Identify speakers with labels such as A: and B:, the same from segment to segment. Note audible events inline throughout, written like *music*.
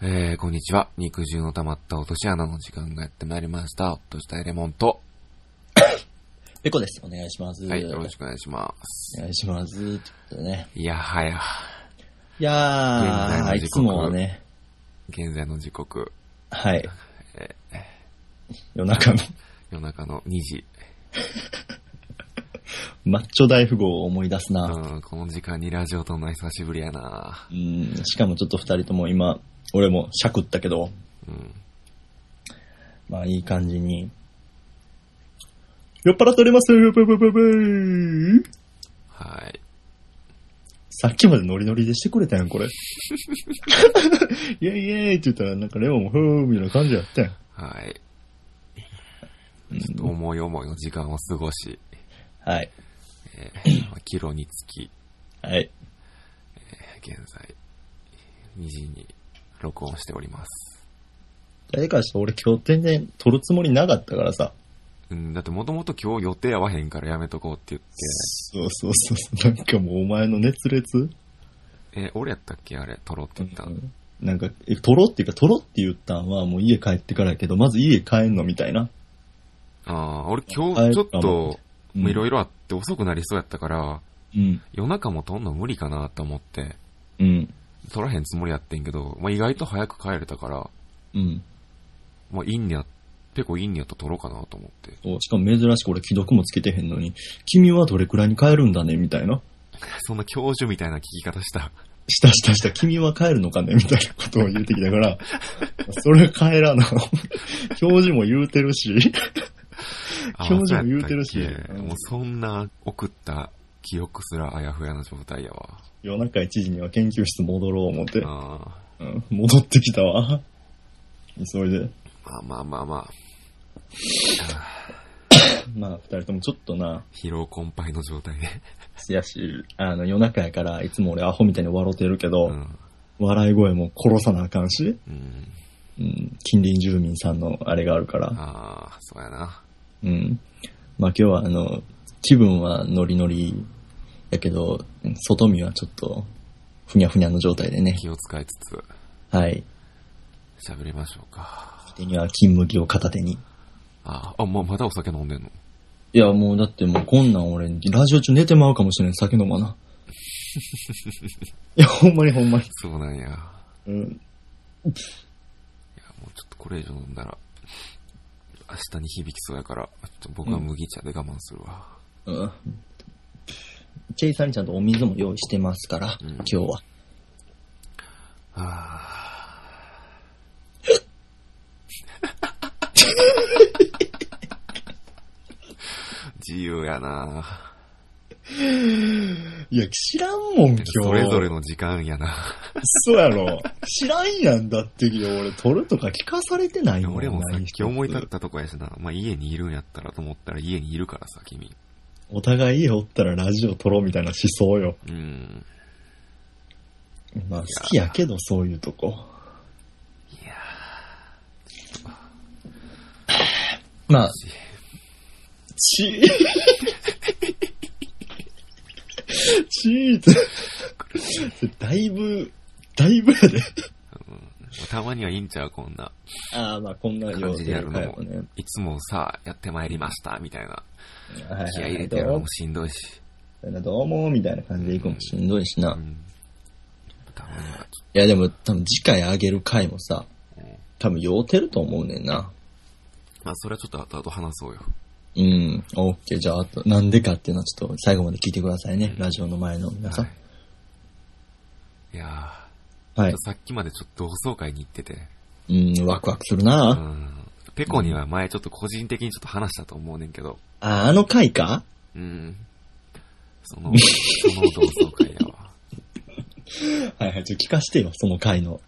A: えー、こんにちは。肉汁の溜まった落とし穴の時間がやってまいりました。落としたいレモンと。
B: ペコです。お願いします。
A: はい、よろしくお願いします。
B: お願いします。ちょっとね。
A: いやはや、
B: いや
A: 現在の
B: ー、い
A: 時
B: つ
A: 刻
B: もはね、
A: 現在の時刻、
B: はい。夜中の
A: 夜中の2時。
B: マッチョ大富豪を思い出すな。
A: うん、この時間にラジオとんの久しぶりやな
B: うん、しかもちょっと二人とも今、俺もしゃくったけど、
A: うん。
B: まあいい感じに。酔っ払っておりますブブブブー
A: はい。
B: さっきまでノリノリでしてくれたやん、 *laughs* これ。イェイイェイって言ったら、なんかレオンもふーみたいな感じやったやん。
A: はい。ちょっと思い思いの時間を過ごし、
B: はい。
A: えー、まあ帰路につき、
B: はい。
A: 現在、2時に録音しております。
B: 誰からして俺今日全然撮るつもりなかったからさ。
A: うん、だってもともと今日予定合わへんからやめとこうって言って、
B: そうそうそうそう。なんかもうお前の熱烈
A: え、俺やったっけあれ、撮ろうって言ったの。
B: なんか、え撮ろうっていうか、撮ろうって言ったんはもう家帰ってからやけど、まず家帰んのみたいな。
A: ああ、俺今
B: あ
A: 日
B: れ
A: ちょっと、いろ
B: い
A: いろあって遅くなりそうやったから、
B: ろ。うん。
A: 夜中も撮んの無理かなと思って、
B: うん。
A: 撮らへんつもりやってんけど、まあ、意外と早く帰れたから、
B: うん。
A: まあ、いいんや、結構いいんやったら撮ろうかなと思って。 *laughs*
B: そうしかも珍しく俺既読もつけてへんのに、君はどれくらいに帰るんだねみたいな。
A: そんな教授みたいな聞き方した。
B: したしたした、君は帰るのかねみたいなことを言うてきた *laughs* から、それは帰らな。教授も言うてるし。
A: あ
B: *laughs* 教授も言うてるし
A: そうやったっけもうそんな送った記憶すらあやふやな状態や
B: *laughs*
A: わ。
B: 夜中1時には研究室戻ろう思って、
A: あ
B: うん、 *laughs* 戻ってきたわ。急いで。
A: ーまあまあまあまあ、
B: まあ、二人ともちょっとな、
A: 疲労困憊の状
B: *laughs*
A: 態で。
B: せやし、あの、夜中やから、いつも俺アホみたいに笑ってるけど、
A: うん。
B: 笑い声も殺さなあかんし、
A: うん。
B: うん、近隣住民さんのあれがあるから、
A: ああ、そうやな。
B: うん。まあ今日は、あの、気分はノリノリやけど、うん外見はちょっと、ふにゃふにゃの状態でね、
A: 気を使いつつ、
B: はい。
A: 喋りましょうか。
B: 手には金麦を片手に。
A: あーあ、ま、まだお酒飲んでんの
B: いや、もうだってもうこんなん俺、ラジオ中寝てまうかもしれん、酒飲まな。 *laughs* いや、ほんまにほんまに。
A: そうなんや。いや、
B: うん。
A: もうちょっとこれ以上飲んだら、明日に響きそうやから、ちょっと僕は麦茶で我慢するわ。
B: うん。チェイさんにちゃんとお水も用意してますから、
A: うん
B: 今日は。
A: はぁ自由やない
B: や、知らんもん、今日。
A: それぞれの時間やな
B: そうやろ。知らんやんだって、俺、撮るとか聞かされてないもん。
A: 俺もさっ
B: 何一つ
A: き思い立ったとこやしな。まあ、家にいるんやったらと思ったら家にいるからさ、君。
B: お互い家おったらラジオ撮ろうみたいな思想よ。
A: うん。
B: まあ、好きやけど、そういうとこ。
A: いや
B: まあ、
A: ー
B: ち、ちーって、だいぶ、だいぶやで。
A: たまにはいいんちゃう、こんな。
B: ああ、まあこんな
A: 感じでやるのも
B: ね。
A: いつもさ、やってまいりました、みたいな。
B: はい
A: 気合
B: は
A: 入
B: いい、
A: れて
B: ど
A: やるの
B: う
A: もしんどいし。
B: も、どうも、みたいな感じで行くのもしんどいしな。
A: う
B: い
A: ん。たまにはちょ
B: や、でも多分次回あげる回もさ、
A: っとね、
B: 多分酔うてると思うねんな。
A: まあ、それはちょっと後々話そうよ。
B: うん。オッケー。じゃあ、あと、なんでかっていうのはちょっと最後まで聞いてくださいね。ラジオの前の皆さん。
A: いやー、ち
B: はい
A: ょっと。さっきまでちょっと同窓会に行ってて、
B: うん、ワクワクする
A: う
B: なあ
A: ん。ペコには前ちょっと個人的にちょっと話したと思うねんけど、
B: あ、あの回か
A: うん。そ
B: *laughs*
A: の、その同窓会やわ。
B: はいはい。ちょっと聞かしてよ、その回の。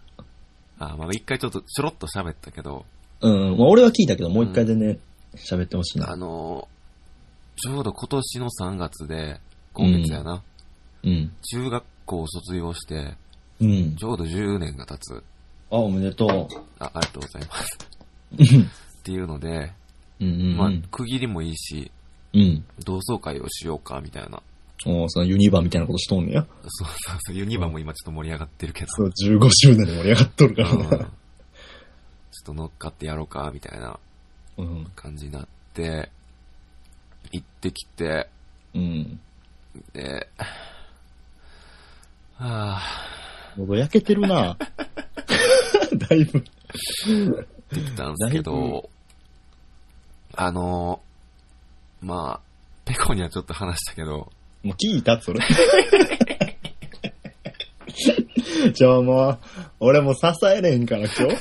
A: あーまあ一回ちょっとちょろっと喋ったけど、
B: うん。まあ、俺は聞いたけど、もう一回でね、喋ってほしい
A: あ
B: な。
A: のーちょうど今年の3月で、今月やな、
B: うん。
A: 中学校を卒業して、
B: うん。
A: ちょうど10年が経つ。
B: あ、おめでとう。
A: あ、ありがとうございます。
B: *laughs*
A: っていうので、
B: うんうん。
A: まあ、区切りもいいし、
B: うん。
A: 同窓会をしようか、みたいな
B: おーそのユニバーみたいなことしとんねや。
A: そうそうそう、ユニバも今ちょっと盛り上がってるけど。
B: そう、15周年で盛り上がっとるか
A: うんちょ
B: ら
A: っ
B: な。
A: と乗っかってやろうか、みたいな
B: うん。
A: 感じになって、行ってきて、
B: うん。
A: で、はぁ、
B: 喉焼けてるな *laughs* だいぶ。
A: できたんですけど、あの、まあ、ペコにはちょっと話したけど、
B: もう聞いたそれ。じゃあもう、俺も支えれんから今日。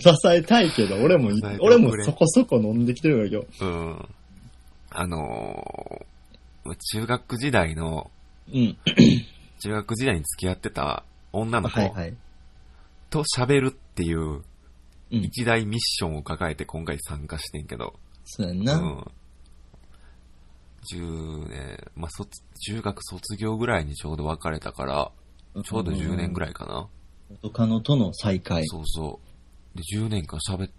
B: 支えたいけど、俺も
A: 支えて、
B: 俺もそこそこ飲んできてるから今
A: うん。あのー、中学時代の、
B: 日。
A: 中学時代に付き合ってた女
B: うん。
A: の子
B: はいはい。
A: と喋るっていう
B: うん。
A: 一大ミッションを抱えて今回参加してんけど、
B: そうやん
A: う
B: な。
A: ん。10年、まあ、卒、中学卒業ぐらいにちょうど別れたから、ちょうど10年ぐ
B: ら
A: ら
B: い。
A: いかな。
B: 他のとの再会。
A: そうそう。で、10年間喋っ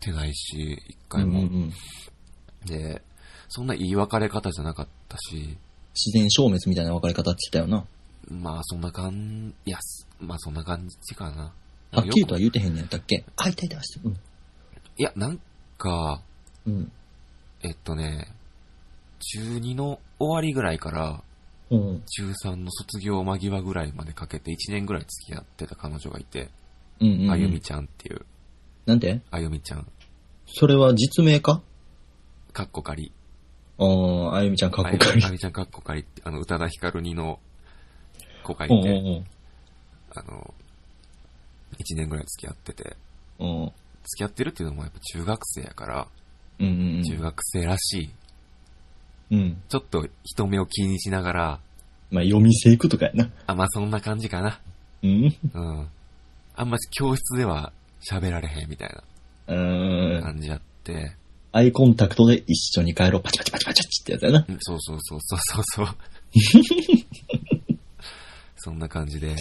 A: てないし、一
B: うん
A: 回
B: うんう
A: も。
B: ん。
A: で、そんな言い別れ方じゃなかったし、
B: 自然消滅みたいな別れ方って言ってたよな。
A: まあそんな感じ、いや、すまあそんな感じかな。
B: はっきりと
A: よ
B: は言うてへんねやったっけあ、痛い痛いして。うん。
A: くいや、なんか、
B: うん。
A: えっとね、中2の終わりぐらいから、
B: うん。
A: 中3の卒業間際ぐらいまでかけて1年ぐらい付き合ってた彼女がいて、
B: うんうん。
A: あゆみ。ちゃんっていう、
B: なんで
A: あゆみちゃん、
B: それは実名か
A: かっこかり。
B: あーあゆみちゃんかっこかり
A: あゆ。みちゃんかっこかりって、あの、宇多田ヒカル2の子がい
B: うんう
A: て、
B: ん
A: あの、1年ぐらい付き合ってて、
B: うん。うん。
A: 付き合ってるっていうのもやっぱ中学生やから、
B: うんうんうん。
A: 中学生らしい、
B: うん。
A: ちょっと人目を気にしながら、
B: まあ、読み生くとかやな。
A: あ、まあそんな感じかな。
B: うん。。
A: うん。あんまし教室では喋られへんみたいうなん感じやって、
B: アイコンタクトで一緒に帰ろう。パチパチパチパチパチってやつやな。
A: うんそうそうそうそうそうそう。そんな感じで。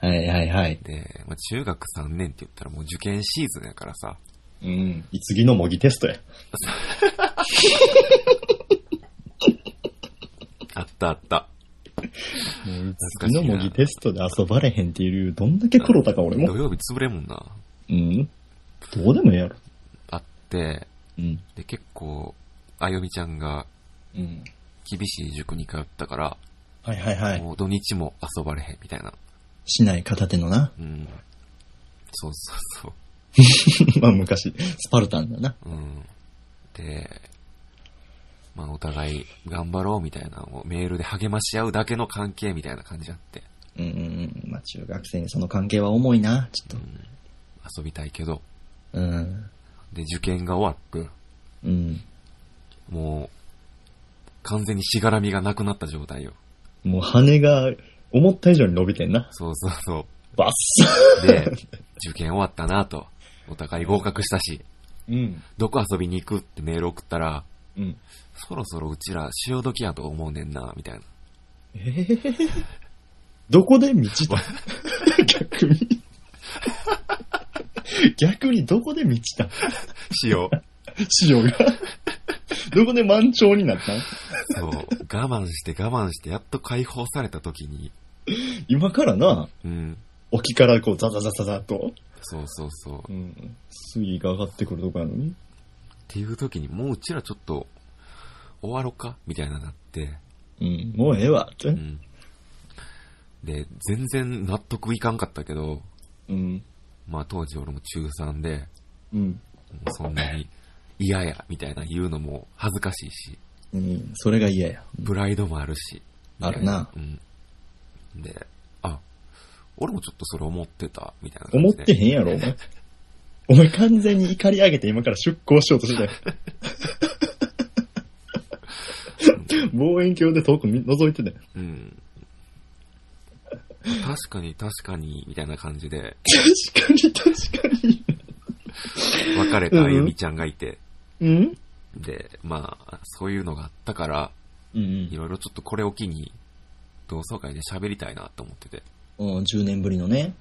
B: はいはいはい。
A: で、まあ、中学3年って言ったらもう受験シーズンやからさ。
B: うん。次の模擬テストや。
A: あったあった。
B: 次の模擬テストで遊ばれへんっていう、どんだけ苦労だか俺
A: 土
B: も。
A: 曜日潰れんもんな。
B: うん。どうでもええやろ。
A: あって、
B: うん。
A: で、結構、あゆみちゃんが
B: うん。
A: 厳しい塾に通ったから、
B: はいはいはい。
A: もう土日も遊ばれへんみたいな。
B: しない片手のな。 *laughs*
A: うん。そうそうそう。
B: まあ昔、スパルタンだな。
A: うん。で、まあお互い頑張ろうみたいなのをメールで励まし合うだけの関係みたいな感じあって、
B: うんうんうん。まあ中学生にその関係は重いな。ち
A: う
B: ょっ
A: ん、遊びたいけど、
B: と。うん。
A: で、受験が終わって、
B: うん。
A: もう、完全にしがらみがなくなった状態よ。
B: もう羽が思った以上に伸びてんな。
A: そうそうそ
B: バッサ
A: う。で、受験終わったなと、お互い合格したし、
B: うん。
A: どこ遊びに行くってメール送ったら、
B: うん。
A: そろそろうちら潮時やと思うねんな、みたいな。
B: えどこで道た *laughs* 逆に逆にどこで道た
A: 潮。
B: 市場が。どこで満潮になったん
A: そう。我慢して我慢して、やっと解放された時に、
B: 今からな、
A: うん。
B: 沖からこうザザザザザと、
A: そうそうそう。っ
B: うん、水位が上がってくるとこやのに。
A: ていう時に、もううちらちょっと、終わろかみたいななって。
B: うん、もうええわって。
A: うん。で、全然納得いかんかったけど、
B: うん。
A: まあ当時俺も中3で、も
B: うん。
A: うそんなに嫌や、みたいな言うのも恥ずかしいし、
B: うん、それが嫌や。
A: プライドもあるし。
B: あるな
A: みたいな。うん。で、あ、俺もちょっとそれ思ってた、みたいな感
B: 思っ
A: じで。
B: てへんやろ、お前。お前完全に怒り上げて今から出航しようとしてたよ。 *laughs* 望遠鏡で遠く見覗いてたよ。
A: うん。確かに確かに、みたいな感じで、
B: 確かに確かに。
A: 別れたあゆみちゃんがいて、
B: うん
A: で、まあ、そういうのがあったから、
B: うん
A: いろいろちょっとこれを機に、同窓会で喋りたいなと思ってて、
B: うん。10年ぶりのね。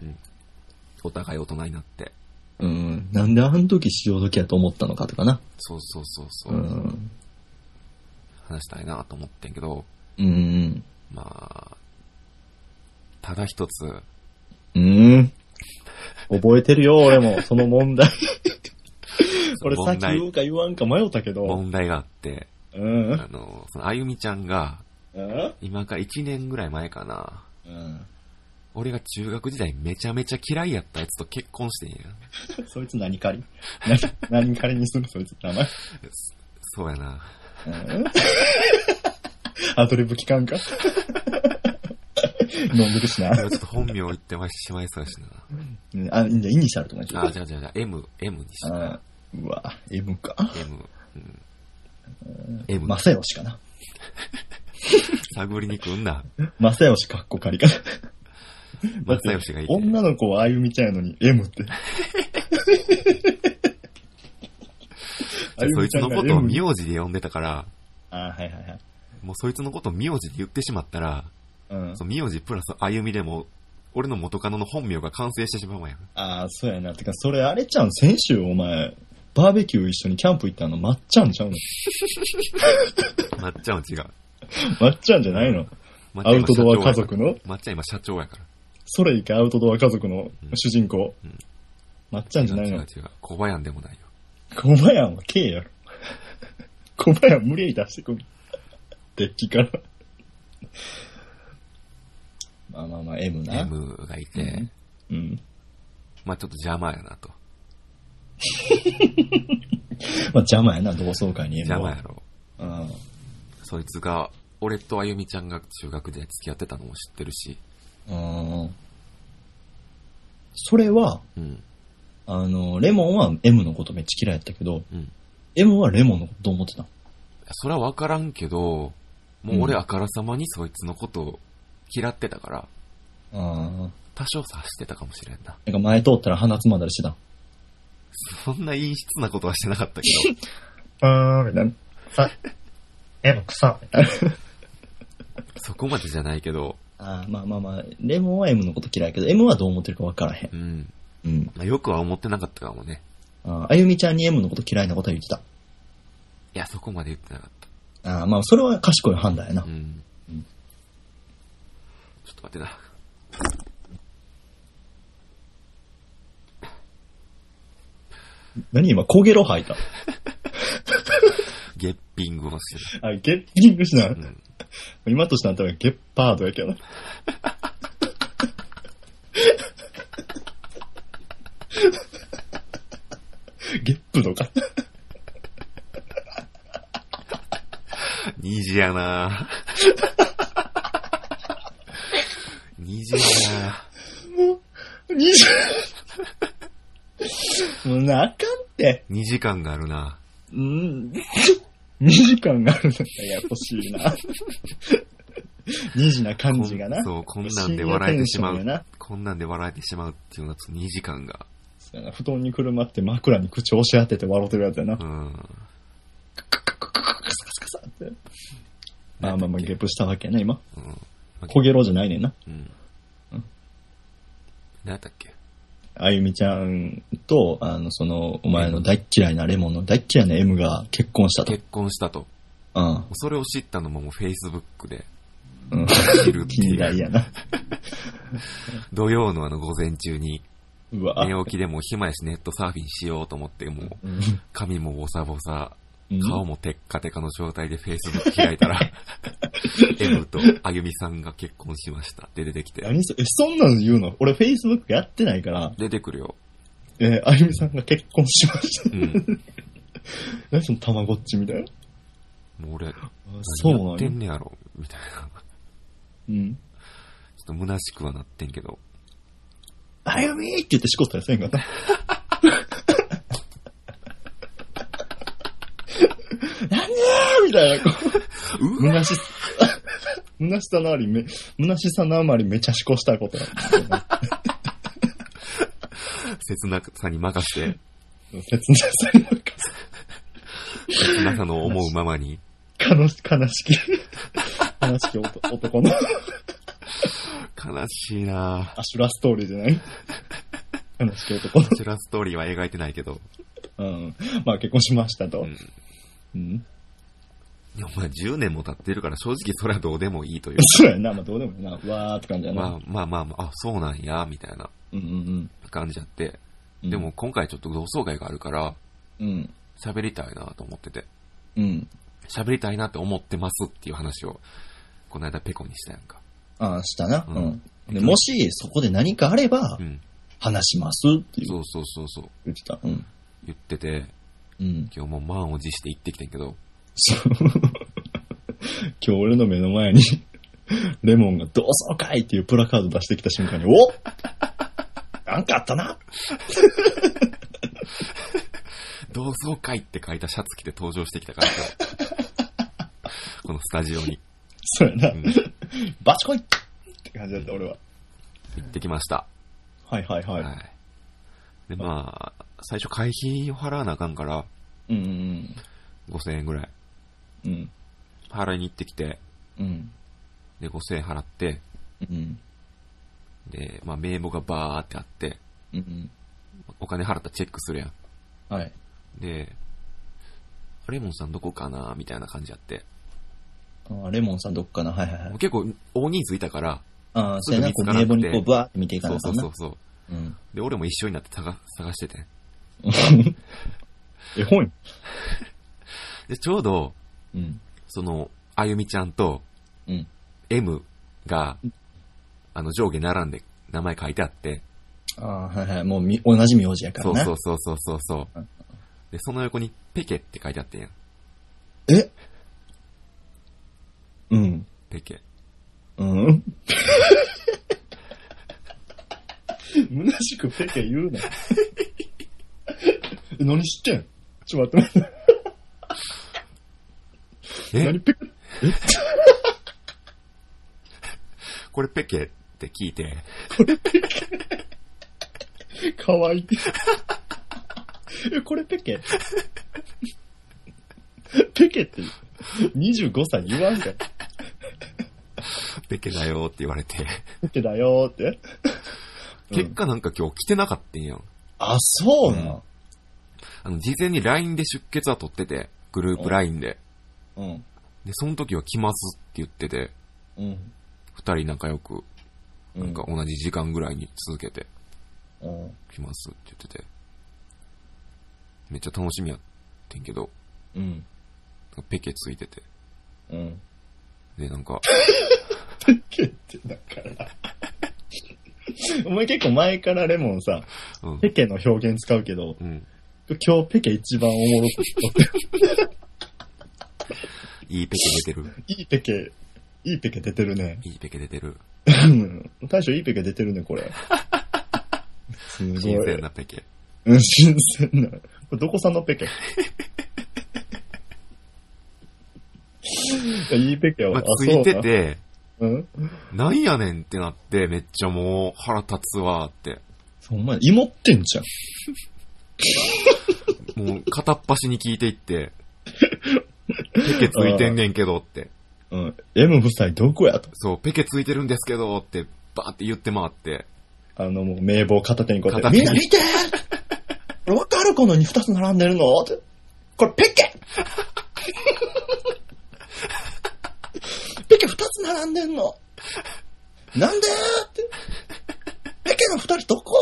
A: お互い大人になって、
B: うん。なんであの時潮時やと思ったのかとかな。
A: そうそうそうそうう、
B: ん。
A: 話したいなと思ってんけど、
B: うん。
A: まあ、ただ一つ、
B: うん。覚えて *laughs* るよ、俺も。その問題。 *laughs* 俺さっ
A: 問
B: き言う
A: 題、
B: か言わんか迷ったけど。
A: 問題があって、
B: うん。うん
A: あの、その、あゆみちゃんが、
B: うん
A: 今から1年ぐらい前かな、
B: うん。
A: 俺が中学時代めちゃめちゃ嫌いやったやつと結婚してんや。
B: そいつ何借り *laughs* 何、何借りにするそいつ名前。
A: そうやな。
B: うんアドリブ期間か *laughs* 飲んでるしな。
A: 俺ちょっと本名言ってましまいそうや *laughs* し
B: うんあ、いいんだ、イニシャルとかにし
A: な。
B: よ
A: あ、じゃあじゃあじゃあ、M、M にし
B: う
A: よう
B: あ
A: か。
B: うわ、M か。
A: M、うん。M、
B: 正義かな。
A: 探りに来んな。
B: 正義かっこ仮かな。
A: 正義がいいけど
B: 女の子はあゆみちゃんやのに
A: *laughs*
B: M って。あゆ
A: そ
B: み
A: い
B: ち
A: つ
B: ゃん
A: の
B: が
A: ことを
B: M に。
A: 名字で呼んでたから、
B: あはいはいはい。
A: もうそいつのことを名字で言ってしまったら、
B: うん
A: そ。の名字プラス歩みでも、俺の元カノの本名が完成してしまうわやん。
B: ああ、そうやな。てか、それあれちゃん、先週お前、バーベキュー一緒にキャンプ行ったの、まっちゃんちゃうの
A: まっちゃんは違う。
B: まっちゃんじゃないの
A: まっち
B: ア
A: ゃん
B: ウ
A: 今
B: トド
A: 社長
B: ア家
A: やか
B: 族の
A: ら。まっちゃん今社長やから。
B: それ以下アウトドア家族の主人公。
A: うんうん
B: まっちゃんじゃない
A: 違う違
B: の
A: う。違う。小林でもないよ。
B: 小林は K やろ。 *laughs* 小林無理やり出してくる。デッキから。まあまあまあ、M な。
A: M がいて、
B: うんうん。
A: まあちょっと邪魔やなと。
B: まあ邪魔やな、同窓会に M
A: 邪
B: は。
A: 魔やろ。
B: うん。
A: そいつが、俺とあゆみちゃんが中学で付き合ってたのも知ってるし。
B: うん。それは、
A: うん。
B: あの、レモンは M のことめっちゃ嫌いやったけど、
A: うん。
B: M はレモンのことどう思ってた
A: それはわからんけど、もう俺あからさまにそいつのことを嫌ってたから、
B: ああ。
A: 多少察してたかもしれんな。
B: なんか前通ったら鼻つまんだりしてた。
A: そんな陰湿なことはしてなかったけど、
B: ああ、みたいな。
C: さ、え、草。
A: そこまでじゃないけど、
B: *laughs* ああ、まあまあまあ、レモンは M のこと嫌いやけど、M はどう思ってるか分からへん。
A: うん。
B: うん。
A: まあよくは思ってなかったかもね。
B: ああゆみちゃんに M のこと嫌いなことは言ってた。
A: いや、そこまで言ってなかっ
B: ああ、まあ、それは賢い判断やな
A: た。う。ん。
B: うん
A: ちょっと待ってな。
B: 何今、焦げろ吐いた。
A: ゲッピングをしてる。
B: あ、ゲッピングしな。
A: うん。
B: 今としたら多分ゲッパードやけどな。ゲップ *laughs* とか。
A: 虹や
B: *laughs*
A: な虹やな
B: 20! もうな、あかんって。
A: 2時間があるな。
B: うん。2時間があるのがややこしいな。2時な感じがな。
A: そう、こんなんで笑えてしまう
B: 深夜テンションがな。
A: こんなんで笑えてしまうっていうのと2時間が。
B: そうやな布団にくるまって枕に口を押し当てて笑ってるやつやな。
A: うん。
B: カサカサカサって。まあまあまあ、ゲップしたわけやな、今。
A: うん。
B: 焦げろじゃないねんな。
A: うん。何やったっけ
B: あゆみちゃんと、あの、その、お前の大っ嫌いなレモンの大っ嫌いな M が結婚したと。
A: 結婚したと。
B: うん。
A: それを知ったのももう Facebook で
B: うん。
A: 知るって
B: 近
A: い
B: 代
A: う。
B: やな。
A: 土曜のあの午前中に
B: うわ。
A: 寝起きでもう暇やしネットサーフィンしようと思ってもう
B: うん
A: 髪もボサボサ、
B: うん
A: 顔もテッカテカの状態で Facebook 開いたら
B: *laughs*
A: M とあゆみさんが結婚しましたって出てきて。
B: 何そえ、そんなの言うの俺 Facebook やってないから、
A: 出てくるよ。
B: えーあゆみさんが結婚しました。 *laughs*
A: うん。
B: 何そのたまごっちみたいな。
A: もう俺、
B: そう
A: 何や
B: な
A: っ
B: ん
A: て
B: や
A: んねやろみたいな。
B: うん。
A: ちょっと虚しくはなってんけど。
B: あゆみーって言ってしこったりせんかった。 *laughs* なんでーみたいな、こう、むなし、むなしさのありめ、むなしさのあまりめちゃしこしたことが、
A: 切なさに任せて、
B: 切なさになんか
A: 切なさの思うままに、
B: 悲し、悲しき、悲しき男男の
A: 悲しいなぁ。
B: アシュラストーリーじゃない悲しき男の
A: こちらストーリーは描いてないけど、
B: うん。まあ結婚しましたと。
A: うん
B: うん。
A: いや、まあ10年も経ってるから正直それはどうでもいいというか。
B: そうやな、まあどうでもいいな。わーって感じやな。
A: まあまあまあまあ、あ、そうなんや、みたいな
B: うんうん
A: 感じやって。
B: うん。
A: でも、今回ちょっと同窓会があるから、
B: うん。
A: 喋りたいなと思ってて。
B: うん。
A: 喋りたいなって思ってますっていう話を、この間ペコにしたやんか。
B: ああ、したな。
A: う
B: うんん。でもし、そこで何かあれば
A: う、ん。
B: 話しますっていう
A: そうそうそうそう。
B: 言ってた。うん。
A: 言ってて、
B: うん。
A: 今日もう満を持して行ってきてんけど、
B: そう今日俺の目の前に、レモンが同窓会っていうプラカード出してきた瞬間に、おなんかあったな
A: 同窓会って書いたシャツ着て登場してきたからさ
B: *laughs*
A: このスタジオに、
B: そうやな。
A: うん
B: バチコイって感じだった、俺は。
A: 行ってきました。
B: はいはいは。
A: はいい。で、まあ、最初会費を払わなあかんから、
B: うん
A: 5000円ぐらい。
B: うんうん。うん。
A: 払いに行ってきて、
B: うん。
A: で、5000円払って、
B: うん。
A: で、まあ、名簿がバーってあって、
B: うん。
A: お金払ったらチェックするやん。
B: はい。
A: で、レモンさんどこかなみたいな感じやって。
B: あレモンさんどっかなはいはいはい。
A: 結構、大人数いたから、
B: ああ、
A: す
B: そう
A: ぐ
B: やな、
A: 見つ
B: こう
A: からな
B: 名
A: くて
B: 簿にこう、ブワーって見ていか
A: そ
B: なあ
A: うそう
B: か
A: んそう。
B: な
A: そう。
B: うん。
A: で、俺も一緒になって探探しててん。
B: 絵本
A: で、ちょうど、
B: うん。
A: その、あゆみちゃんと
B: うん。
A: M が
B: うん、
A: あの、上下並んで名前書いてあって、
B: ああ、はいはい。もうみ、同じ名字やか
A: そ
B: ら
A: う
B: な。。
A: そうそうそうそうそううんで、その横にペケって書いてあってんやん。
B: えうん。
A: ペケ。
B: *laughs* うん。むなしくペケ言うな。 *laughs* え何知ってんちょっと待って待って。
A: え
B: 何ペケ
A: これペケって聞いて、
B: かわいい。 *laughs* え、これペケ *laughs* ペケって25歳言わんから。
A: ペケだよって言われて、
B: ペケだよー *laughs* って。
A: 結果なんか今日来てなかったんやん。
B: あ、そうな。
A: あの、事前に LINE で出血は取ってて、グループ LINE で。
B: うん。
A: で、その時は来ますって言ってて、
B: うん。
A: 二人仲良く、
B: な
A: なんか、同じ時間ぐらいに続けて、
B: うん。
A: 来ますって言ってて。めっちゃ楽しみやってんけど、
B: うん。
A: なんかペケついてて。
B: うん。
A: で、なんか、
B: ペケってだから。 *laughs* お前結構前からレモンさ、
A: うん
B: ペ。ケの表現使うけど、
A: うん。
B: 今日ペケ一番おもろく、
A: いいペケ出てる。
B: いいペケ、いいペケ出てるね。
A: いいペケ出てる。
B: うん大将いいペケ出てるね、これ。すごい。
A: 新鮮なペケ。
B: うん、新鮮な。これどこさんのペ *laughs* ケいやいいペケは、
A: まあ、ついて
B: な
A: て、
B: うん。
A: なんやねんってなって、めっちゃもう腹立つわーって。
B: そう、お前、芋ってんじゃん。
A: もう片っ端に聞いていって、ペケついてんねんけどって。
B: うん。M 夫妻どこやと。
A: そう、ペケついてるんですけどって、バーって言って回って、
B: あの、もう名簿を片手にこうやっ
A: 片
B: て。
A: 手
B: みん
A: に
B: な見てこれわかるこの二つ並んでるのってこれペケ *laughs* ペケ二つ並んでんのなんでって。ペケの二人どこ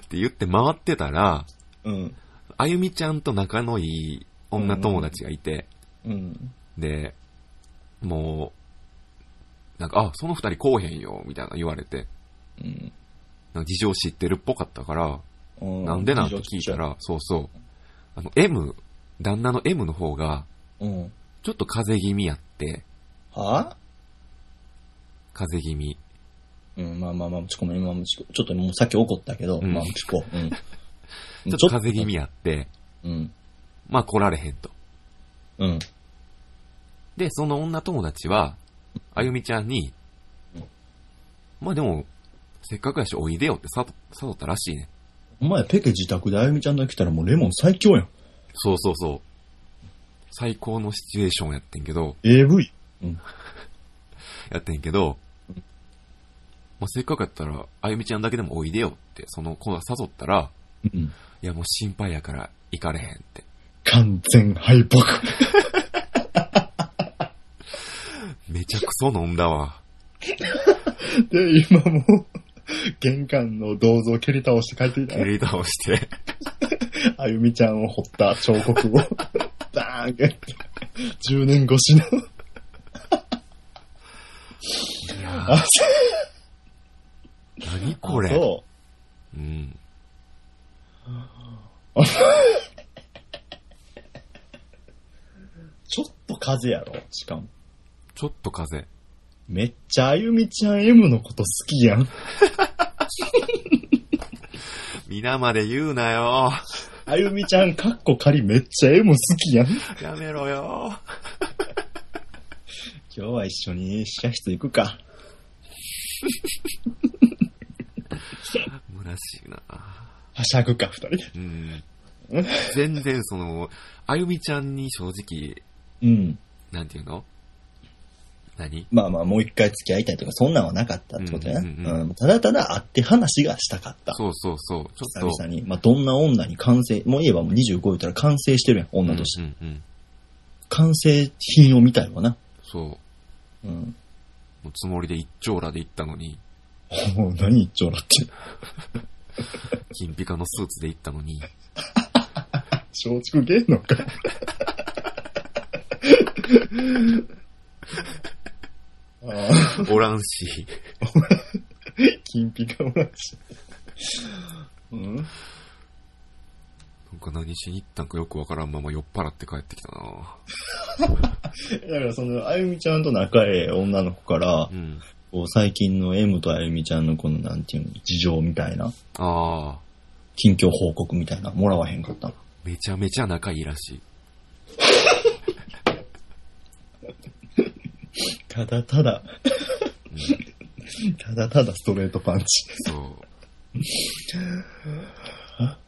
A: って言って回ってたら、
B: うん。
A: あゆみちゃんと仲のいい女友達がいて、
B: うん。
A: で、もう、なんか、あ、その二人こうへんよ、みたいな言われて、
B: うん。
A: なんか事情知ってるっぽかったから、
B: う
A: なんでなんて聞いた。ら、そうそう、あの、M、旦那の M の方が、
B: うん。
A: ちょっと風邪気味やって、
B: は
A: 風邪気味。
B: うん、まあまあまあ、ちこも今もちこ、ちょっともうさっき怒ったけ
A: う
B: ど、
A: ん
B: まあ、ちこ、うん。ち
A: ちょっと風邪気味やって、
B: うん。
A: まあ来られへんと。
B: うん。
A: で、その女友達は、あゆみちゃんに
B: うん、
A: まあでも、せっかくやしおいでよって誘誘ったらしいね。
B: お前、ペケ自宅であゆみちゃんが来たらもうレモン最強やん。
A: そうそうそう。最高のシチュエーションやってんけど、
B: AV。
A: やってんけど、まあ、せっかくやったら、あゆみちゃんだけでもおいでよって、その子が誘ったら、
B: うん。
A: いやもう心配やから行かれへんって。
B: 完全敗北。
A: ちゃくそ飲んだわ。
B: *laughs* で、今もう、玄関の銅像を蹴り倒して帰ってきた
A: 蹴。り倒して。
B: あゆみちゃんを彫った彫刻を、 *laughs* バーンって、10年越しの、あ、
A: 何これ。
B: そう
A: ん。
B: う。ちょっと風やろ、しかも。
A: ちょっと風。
B: めっちゃあゆみちゃん M のこと好きやん。
A: 皆まで言うなよ。
B: あゆみちゃん、かっこ仮めっちゃ M 好きやん。
A: やめろよ。
B: 今日は一緒に試写室行くか。
A: 虚しいな。
B: はしゃぐか、二人で。
A: うん。全然その、あゆみちゃんに正直、
B: うん。
A: なんていうの何
B: まあまあ、もう一回付き合いたいとか、そんなんはなかったってことやな。
A: う
B: うん
A: うんうん
B: んただただ会って話がしたかった。
A: そうそうそう。ち
B: 久
A: ょっと。
B: 々に。まあ、どんな女に完成、もう言えばもう25言ったら完成してるやん、女として。
A: うんうんうん。
B: 完成品を見たいわな。
A: そう。
B: うん。 *laughs*
A: もうつもりで一丁羅で行ったのに、
B: もう何言っちゃうなって。
A: 金ピカのスーツで行ったのに、
B: 松竹芸能か。 *laughs* ああ、
A: おらんし、
B: 金ピカもらしい。うん。
A: なんか何しに行ったんかよくわからんまま酔っ払って帰ってきたな
B: だからその、あゆみちゃんと仲ええ女の子から
A: う、ん。
B: こう最近の M とあゆみちゃんのこのなんていうの、事情みたいな、
A: ああ、
B: 近況報告みたいな、もらわへんかった。
A: めちゃめちゃ仲いいらしい。
B: ただただ、
A: うん、
B: ただただストレートパンチ。
A: そう。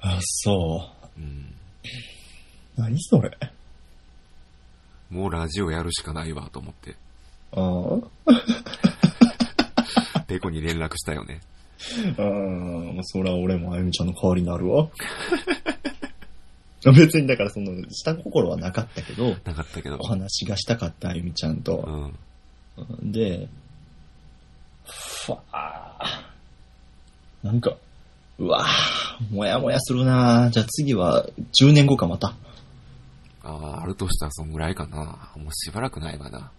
B: あ、そ
A: うん。
B: う。何それ。
A: もうラジオやるしかないわと思って、
B: ああ。
A: ペコに連絡したよね。
B: あーまあ、そら俺もあゆみちゃんの代わりになるわ。 *laughs* 別にだからその、下心はなかったけど、
A: なかったけど
B: お。話がしたかったあゆみちゃん
A: う
B: と。
A: ん。
B: で、ふわあなんか、うわあもやもやするなあじゃあ次は10年後かまた。
A: ああ、あるとしたらそんぐらいかな。もうしばらくないわな。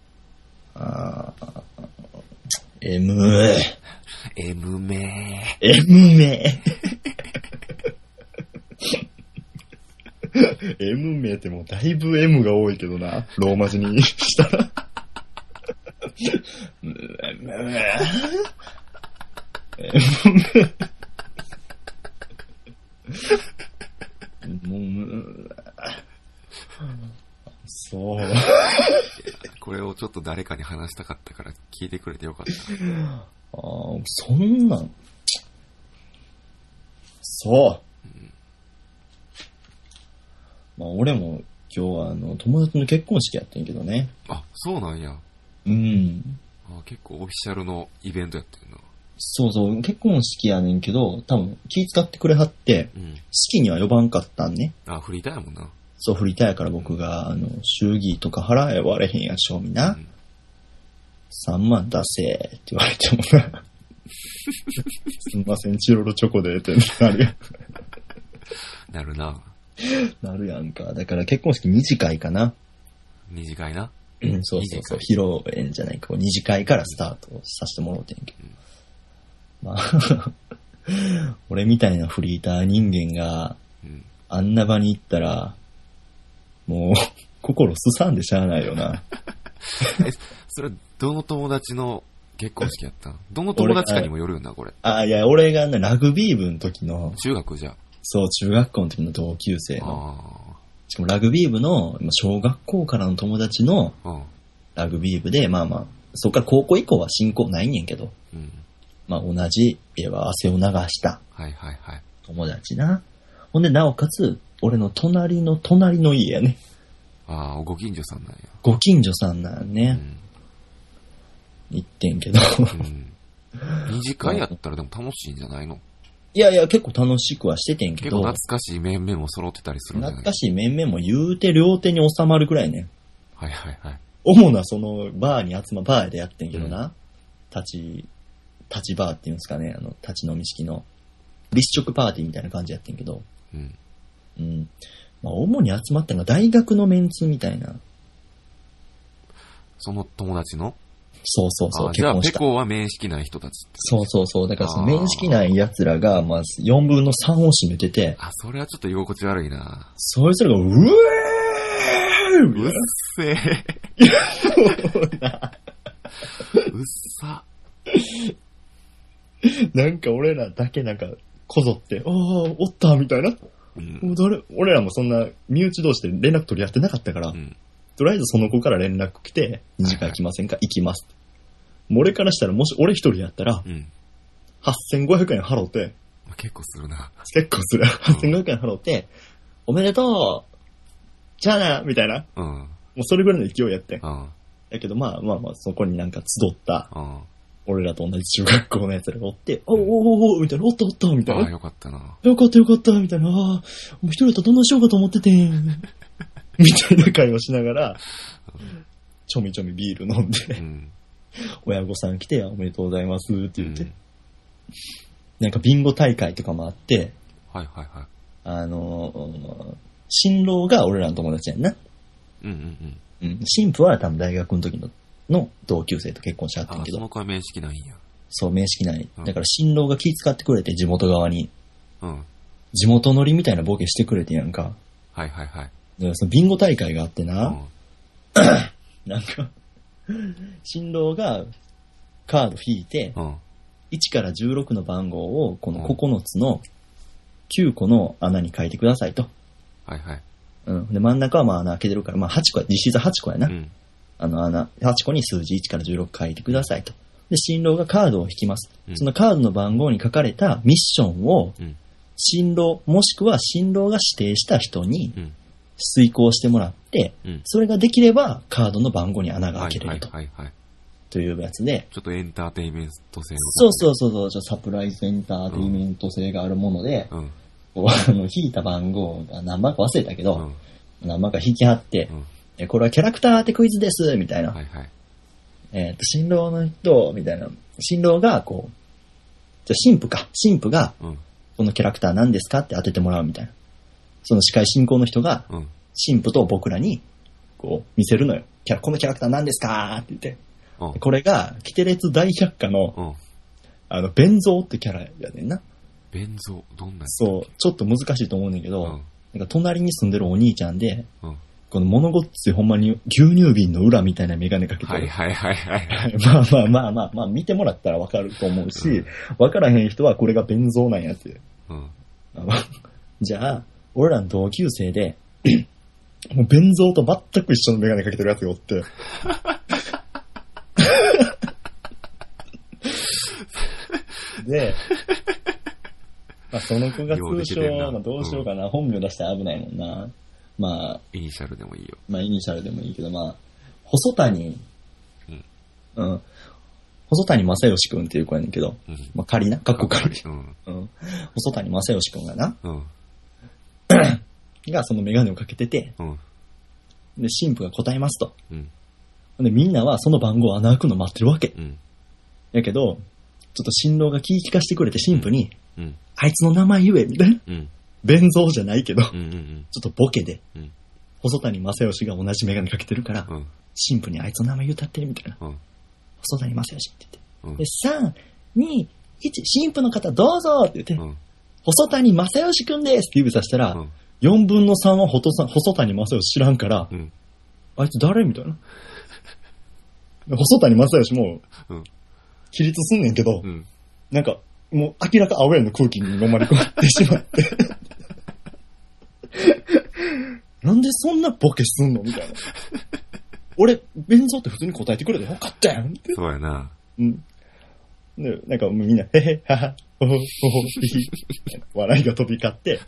B: あー M、
A: M め
B: M 名。M 名ってもうだいぶ M が多いけどな。ローマ字にした *laughs* ら。M 名。もう、 *laughs* そう。
A: これをちょっと誰かに話したかったから聞いてくれてよかった。
B: あーそんなん。そう。まあ、俺も今日はあの友達の結婚式やってんけどね。
A: あ、そうなんや。
B: うん。
A: あ結構オフィシャルのイベントやってんな。
B: そうそう、結婚式やねんけど、多分気使ってくれはって、
A: うん。
B: 式には呼ばんかったんね。
A: あ、フリーターやもんな。
B: そう、振りたいから僕が、あの、祝儀とか払え割れへんや、賞味
A: う
B: な。
A: ん。
B: 3万出せって言われてもな。 *laughs* すんません、チロルチョコでってなるやん
A: なるな。
B: なるやんか。だから結婚式2次会かな。
A: 二次会な。
B: うん、そうそうそう。披露宴じゃないか。こう二次会からスタートさせてもらうてんけど。まあ、 *laughs* 俺みたいなフリーター人間が
A: うん。
B: あんな場に行ったら、もう、 *laughs* 心すさんでしゃあないよな。
A: それ、どの友達の結婚式やったんどの友達かにもよるよな、これ。
B: あ、いや、俺がね、ラグビー部の時の、
A: 中学じゃ。
B: そう、中学校の時の同級生の、
A: あ
B: しかもラグビー部の、まあ小学校からの友達の
A: あ。うん。
B: ラグビー部で、まあまあ、そっから高校以降は進行ないねんけど、
A: うん。
B: まあ、同じ、えば汗を流した
A: はいはいはい。
B: 友達な。ほんで、なおかつ、俺の隣の隣の家やね。
A: ああ、ご近所さんなんや。
B: ご近所さんなん
A: う
B: ね。
A: ん。
B: 行ってんけど。 *laughs*
A: うん。二次会やったらでも楽しいんじゃないの
B: いやいや、結構楽しくはしててんけ
A: 結構
B: ど、
A: 懐かしい面々も揃ってたりするんじゃな
B: 懐
A: い
B: かしい面々も言うて両手に収まるくらいね。
A: はいはいはい。
B: 主なそのバーに集ま、バーでやってんけどな、立ち、立ちバーっていうんですかね、あの、立ち飲み式の、立食パーティーみたいな感じやってんけど、
A: うん。
B: うん。まあ、主に集まったのが大学のメンツみたいな。
A: その友達の
B: そうそうそう、
A: あじ
B: 結
A: ゃあ、
B: 婚
A: ペ
B: した。
A: コは面識ない人たちって。
B: そうそうそう。だからその
A: あー
B: 面識ない奴らが、まあ、4分の3を占めてて、
A: あ、それはちょっと居心地悪いな。
B: そいつらが、うえ
A: うっ
B: ー
A: せえ。
B: うな
A: うっさ。
B: なんか俺らだけなんか、こぞって、ああ、おったみたいな。
A: うん。
B: もう誰、俺らもそんな、身内同士で連絡取り合ってなかったから、
A: うん。
B: とりあえずその子から連絡来て、2時間来ませんか行きます。もう俺からしたら、もし俺一人やったら、
A: うん。
B: 8500円払って、
A: 結構するな。
B: 結構する。8500円払って、おめでとうじゃあなみたいな。
A: うん。うん。
B: もうそれぐらいの勢いやってん。
A: うん。
B: だけどまあまあまあ、そこになんか集った、
A: あ
B: 俺らと同じ中学校の奴らがおって、おおおおみたいな、おったおったみたい
A: あ、
B: な。
A: よかったな。
B: よかったよかったみたいな。ああ、もう一人だったらどんなしようかと思ってて
A: *laughs*
B: ん。みたいな会話しながら、ちょみちょみビール飲ん
A: う
B: で、 *laughs*
A: ん。
B: 親御さん来て、おめでとうございますって言って、
A: うん
B: なんかビンゴ大会とかもあって、
A: はいはいは
B: あのー新郎が俺らの友達やんな。
A: い。うんうんうん。
B: うん。新婦は多分大学の時の、の同級生と結婚しちゃったん
A: あ
B: や、け
A: そ
B: ど、
A: の子は面識ないんや。
B: そう、面識ない。
A: うん
B: だから新郎が気遣ってくれて、地元側に。
A: うん。
B: 地元乗りみたいなボケしてくれてやんか。
A: はいはいはい。
B: でそのビンゴ大会があって
A: う
B: な、
A: ん
B: なんか、新郎がカード引いて、
A: うん。
B: 1から16の番号をこの9つの9個の穴に書いてくださいと。
A: はいはい。
B: うん。で、真ん中はまあ穴開けてるから、まあ8個や、実質8個やな。
A: うん。
B: あの穴、8個に数字1から16書いてくださいと。で、新郎がカードを引きます。
A: うん
B: そのカードの番号に書かれたミッションを
A: うん、
B: 新郎、もしくは新郎が指定した人に
A: うん
B: 遂行してもらって、
A: うん。
B: それができればカードの番号に穴が
A: は
B: 開
A: い
B: けれ
A: は
B: る
A: い
B: と,、
A: はいはい。
B: というやつで、
A: ちょっとエンターテイメント性
B: そうそうそうそう、ちょっとサプライズエンターテイメント性があるもので、
A: う。うん。
B: こうあの引いた番号が何番か忘れたけ
A: う
B: ど、
A: ん。
B: 何番か引き張って
A: うん、
B: えこれはキャラクター当てクイズです、みたいな。
A: はいはい。
B: えっ、と、新郎の人、みたいな。新郎が、こう、じゃあ新婦か。新婦が、
A: うん。
B: このキャラクター何ですかって当ててもらうみたいな。その司会進行の人が、
A: うん。
B: 新婦と僕らに、こう、見せるのよ。キャラこのキャラクター何ですかって言って。
A: うん。
B: これが、キテレツ大百科の、
A: うん。
B: あの、弁蔵ってキャラやねんな。
A: 弁蔵、どんなやつ
B: そう、ちょっと難しいと思うねんだけ
A: う
B: ど、
A: ん。
B: なんか隣に住んでるお兄ちゃんで、
A: うん。
B: この物ごっついほんまに牛乳瓶の裏みたいなメガネかけてる。
A: はいはいはいはい。
B: *laughs* まあまあまあまあまあ、見てもらったらわかると思うし、わからへん人はこれが弁蔵なんやって。
A: うん。
B: あ *laughs* のじゃあ、俺らの同級生で、 *coughs* もう弁蔵と全く一緒のメガネかけてるやつがお
A: *laughs*
B: って。で、まあ、その子が
A: ようで
B: 通
A: きてんな
B: 称、まあ、どうしようかな、本名出したら危ないもんな。まあ、
A: イニシャルでもいいよ。
B: まあ、イニシャルでもいいけど、まあ、細谷、
A: うん
B: うん。細谷正義くんっていう子やねんけど、
A: うん。
B: まあ、仮な、かっこ仮。
A: うん。
B: うん。細谷正義くんがな、
A: うん。
B: がそのメガネをかけてて、
A: うん。
B: で、神父が答えますと。
A: うん。
B: で、みんなはその番号穴開くの待ってるわけ。
A: うん。
B: やけど、ちょっと新郎が気聞かしてくれて神父に、
A: うん。
B: あいつの名前言え、みたいな。
A: うん。
B: 弁蔵じゃないけど、ち
A: うん。うん。
B: ょっとボケで、
A: うん
B: 細谷正義が同じメガネかけてるから、
A: うん。
B: 神父にあいつの名前言うたって、みたいな。
A: うん。
B: 細谷正義って言って。
A: うん。
B: で、3、2、1、新婦の方どうぞって言って、
A: うん。
B: 細谷正義くんですって指さしたら、
A: うん
B: 4分の3はほとさん細谷正義知らんから、
A: うん
B: あいつ誰みたいな。で細谷正義も、
A: うん
B: 起立すんねんけど、
A: うん。
B: なんか、もう明らかアウェイの空気に飲まれ込まってし
A: *laughs*
B: まって。なんでそんなボケすんのみたいな。俺、弁蔵って普通に答えてくれてよかったやんって。
A: そうやな。
B: うん。で、なんかもうみんな、へへ、はは、ほほ、ほほ、ひひ、笑いが飛び交って、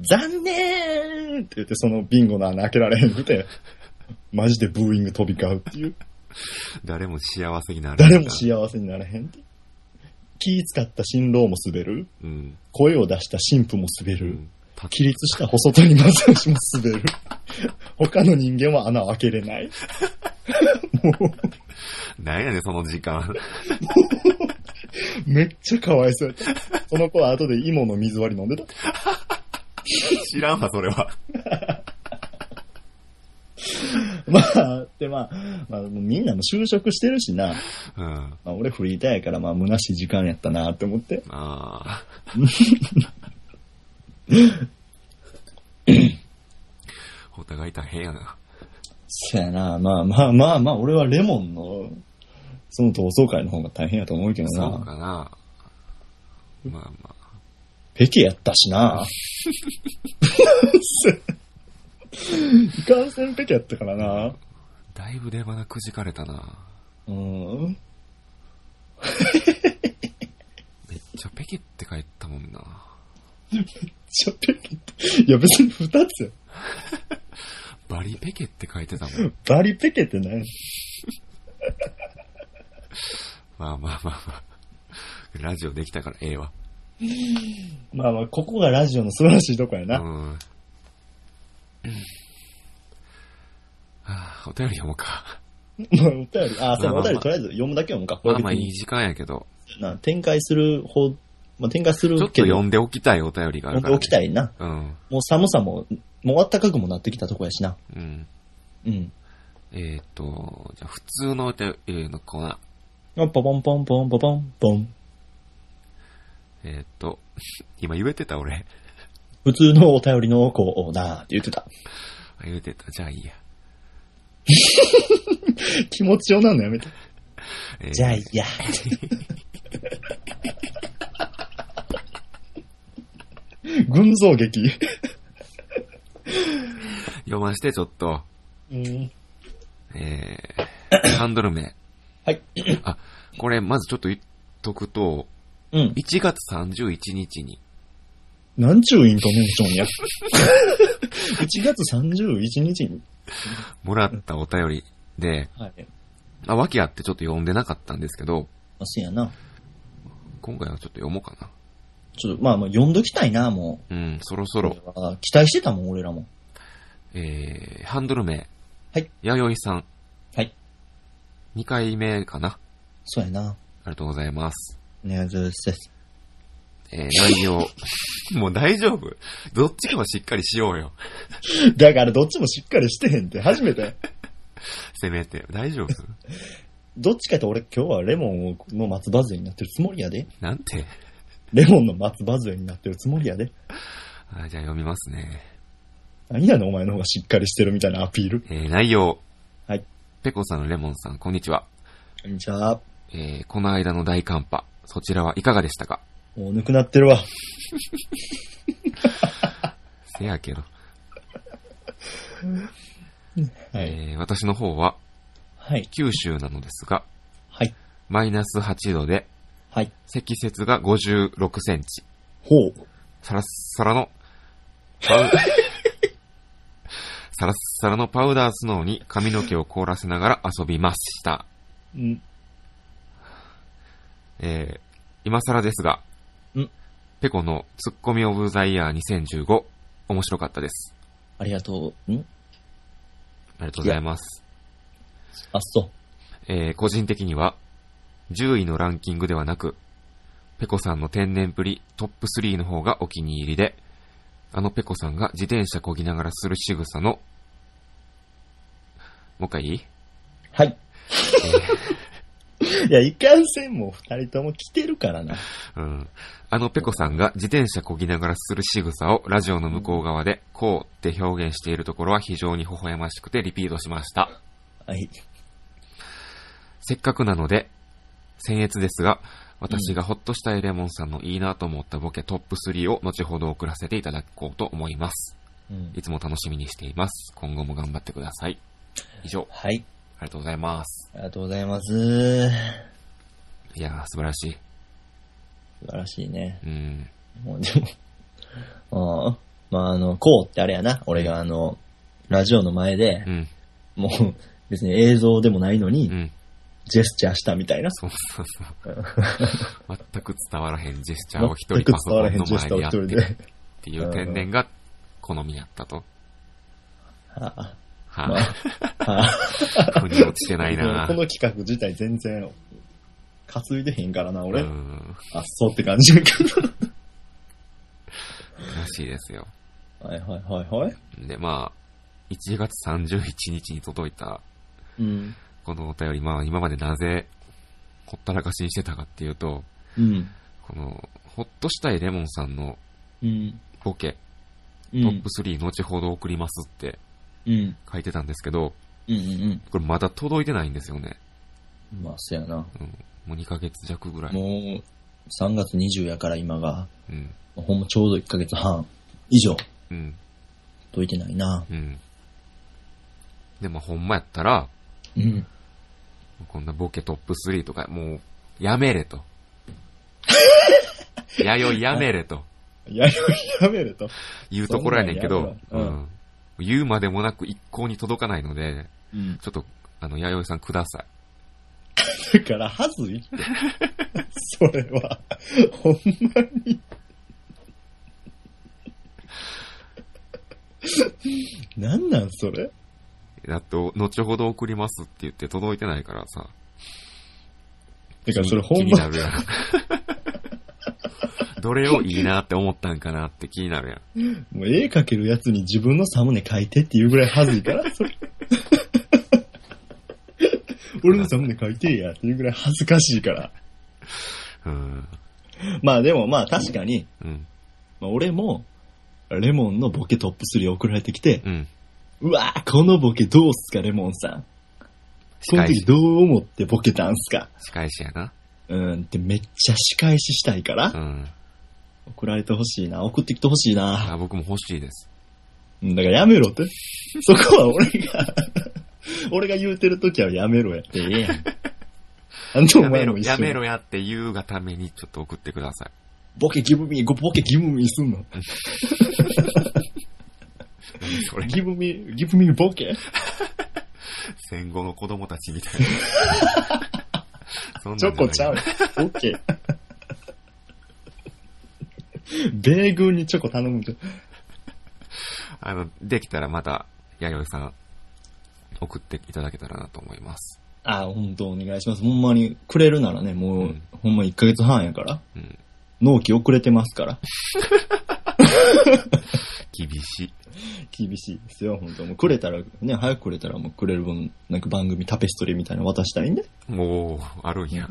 B: 残念って言って、そのビンゴの穴開けられへんくて、マジでブーイング飛び交うっていう。
A: 誰も幸せになる。
B: 誰も幸せになれへんって。気使った新郎も滑る。
A: うん。
B: 声を出した新婦も滑
A: う
B: る。
A: ん。た
B: 起立した細鳥マッサージも滑る。他の人間は穴を開けれない。も
A: なんやねん、その時間。
B: う、めっちゃかわいそうやった。その子は後で芋の水割り飲んでた。
A: 知らんわ、それは。
B: *laughs* まあ、でまあ、まあ、みんなも就職してるしな。
A: うん。あ
B: まあ、俺フリーターやから、まあ、虚しい時間やったなって思って。
A: あー。お互い大変やな。
B: そやな、まあまあまあまあ、俺はレモンの、その同窓会の方が大変やと思うけど
A: そうか
B: な。
A: な。まあまあ。
B: ペケやったし
A: *laughs*
B: な。いかんせんペケやったからな。
A: だいぶ出花くじかれたな。
B: うん。
A: めっちゃペケって書いたもんな。
B: じゃ、ペケって、いや別に二つや。
A: バリペケって書いてたも
B: *laughs*
A: ん。
B: バリペケって何
A: まあまあまあまあ。ラジオできたからええわ。
B: まあまあ、ここがラジオの素晴らしいとこや
A: う
B: な。
A: ん。はあ、お便り読もうか。
B: まあ、お便り、あ、そ
A: まあ
B: う
A: まあまあ
B: お便りとりあえず読むだけ読むか。
A: まあまあい
B: これ
A: い時間やけど、
B: 別にな、展開する方、まあ展開す
A: ち
B: る
A: ょっと
B: けど、
A: 読んでおきたいお便りがあるから、ね。
B: 読んでおきたいな。
A: うん。
B: もう寒さも、もう暖かくもなってきたとこやしな。
A: うん。
B: うん。
A: えっ、と、じゃあ普通のお便りのコーナー。
B: あポポンポンポンポポンポン。
A: えっ、と、 *laughs* 今言えてた俺。
B: 普通のお便りのコーナーって言って
A: *laughs*
B: た。
A: あ言えてた。じゃあいいや。
B: 気持ちよなんのやめて。
A: えー
B: じゃあい
A: *laughs*
B: や。群像劇。
A: 読ましてちょっと。
B: うん。
A: え
B: *coughs*
A: ー、ハンドル名。
B: はい。
A: *coughs* あ、これ、まずちょっと言っとくと、
B: うん。
A: 1月31日に、
B: なんちゅうイントネーショ
A: *laughs*
B: ンや。1月31日に。
A: もらったお便りで、
B: はい。
A: あ、訳あってちょっと読んでなかったんですけど、
B: あ、そうやな。
A: 今回はちょっと読もうかな。
B: ちょっと、まあまあ、読んどきたいな、も。
A: うん、そろそうろ。
B: あ期待してたもん、俺らも。
A: えー、ハンドル名。
B: はい。
A: 弥生さん。
B: はい。
A: 2回目かな。
B: そうやな。
A: ありがとうございます。
B: お願いします。
A: えー、内容。 *laughs* もう大丈夫どっちかはしっかりしようよ。
B: *laughs* だから、どっちもしっかりしてへんって、初めて。
A: せめて。大丈夫
B: どっちかと俺今日はレモンの松葉杖になってるつもりやで。
A: なんて。
B: レモンの松葉杖になってるつもりやで。
A: あじゃあ読みますね。
B: 何やねんお前の方がしっかりしてるみたいなアピール。
A: えー、内容。
B: はい。
A: ペコさん、レモンさん、こんにちは。
B: じゃあ、
A: えー、この間の大寒波、そちらはいかがでしたか
B: もうぬくなってるわ。
A: せやけど。
B: はい。
A: えー、私の方は、
B: はい。
A: 九州なのですが、
B: はい。
A: マイナス8度で、
B: はい。
A: 積雪が56センチ。
B: ほう。
A: サラッサラの、パウ、サラッサラのパウダースノーに髪の毛を凍らせながら遊びました。
B: ん、
A: えー、今更ですが、
B: ん
A: ペコのツッコミオブザイヤー2015、面白かったです。
B: ありがとう。ん
A: ありがとうございます。
B: あ、そう。
A: えー個人的には、10位のランキングではなく、ペコさんの天然ぶりトップ3の方がお気に入りで、あのペコさんが自転車こぎながらする仕草の、もう一回いい
B: はい。いや、いかんせんもう二人とも来てるからな。
A: うん。あのペコさんが自転車こぎながらする仕草をラジオの向こう側で、こうって表現しているところは非常に微笑ましくてリピートしました。
B: はい。
A: せっかくなので、僭越ですが、私がホッとしたエレモンさんのいいなと思ったボケトップ3を後ほど送らせていただこうと思います。
B: うん
A: いつも楽しみにしています。今後も頑張ってください。以上、
B: はい。
A: ありがとうございます。
B: ありがとうございます。素
A: いやー、素晴らしい。
B: 晴らしいね。
A: うん。
B: もうでも、ああ、まああの、こうってあれやな。俺があの、ラジオの前で
A: う、ん。
B: もう別に映像でもないの
A: う
B: に、
A: ん。
B: ジェスチャーしたみたいな。
A: そうそう
B: *laughs*
A: そう。全く伝わらへんジェスチャーを一人
B: 全
A: パ
B: く
A: ソ
B: 伝
A: コ
B: わら
A: ン
B: へん
A: の
B: ジェスチ
A: 前
B: ャーを
A: でや
B: 一
A: って
B: 人
A: っ
B: で。
A: ていう天然が好みやったと。
B: は
A: は
B: あ、
A: ぁ、
B: まあ、はあ、
A: 腑に落ちてないな
B: *laughs* この企画自体全然、担いでへんからな、俺。
A: うん。
B: あっそうって感じやけど。
A: らしいですよ。
B: はいはいはいはい。
A: で、まあ、1月31日に届いた、
B: うん。
A: このお便り、まあ、今までなぜ、ほったらかしにしてたかっていうと、
B: うん。
A: この、ほっとしたいレモンさんの
B: うん。
A: ボケ、
B: う
A: ト
B: ん
A: ップ。3後ほど送りますって
B: うん。
A: 書いてたんですけど、
B: うんうん
A: これまだ届いてないんですよね。
B: うん。まあ、そやな。
A: もう2ヶ月弱ぐらい。
B: もう、3月20やから今が、
A: うん。
B: ほんまちょうど1ヶ月半以上、
A: うん。
B: 解いてないな。
A: うん。で、まあ、ほんまやったら、
B: うん。
A: こんなボケトップ3とか、もう、やめ
B: *laughs*
A: れと。やよいやめれと。
B: やめ、やめると。
A: いうところやねんけど、
B: そんなんやめろ
A: うん言うまでもなく一向に届かないので、
B: うん。
A: ちょっと、あの、弥生さんください。
B: だから、はずいって *laughs* それは、ほんまに。なんなんそれ
A: だって、後ほど送りますって言って届いてないからさ、
B: てか、それほ
A: 気
B: ん
A: に
B: ま
A: なるやん。 *laughs* どれをいいなって思ったんかなって気になるやん。
B: もう絵描けるやつに自分のサムネ描いてっていうぐらいはずいから、それ俺のサムネ描いてやっていうぐらい恥ずかしいから。
A: うん。
B: まあでもまあ確かに、
A: うん。
B: まあ、俺も、レモンのボケトップ3送られてきて、
A: うん。
B: うわぁ、このボケどうすか、レモンさん。
A: 仕
B: この
A: 返
B: 時
A: し、
B: どう思ってボケたんすか
A: 仕返しやな。
B: うんってめっちゃ仕返ししたいか
A: う
B: ら、
A: ん。
B: 送られてほしいな、送ってきてほしいな。
A: あ僕も欲しいです。
B: うんだからやめろって。そこは俺が、 *laughs* 俺が言うてる時はやめろやってええ
A: *laughs*
B: やん。あんたお
A: やめ
B: 前
A: ろ、
B: も一緒
A: やめろやって言うがためにちょっと送ってくだ
B: *laughs*
A: さい。
B: ボケギブミー、ごボケギブミーすんの。
A: 何それ、
B: ギブミー、ギブミーボケ
A: 戦後の子供たちみたい
B: *laughs*
A: な。そんなんじ
B: チ
A: ゃ
B: ョ
A: ない
B: コちゃう。ボケ。米軍にチョコ頼むんじゃ。
A: あの、できたらまた、弥生さん、送っていただけたらなと思います。
B: あ、本当お願いします。ほんまに、くれるならね、もう、
A: うん
B: ほんま1ヶ月半やから。
A: うん。
B: 納期遅れてますから。 *laughs*
A: 厳しい。
B: 厳しいですよ、本当もうくれたら、ね、早くくれたらもうくれる分、なんか番組タペストリーみたいなの渡したいんで。
A: もう、あるんや。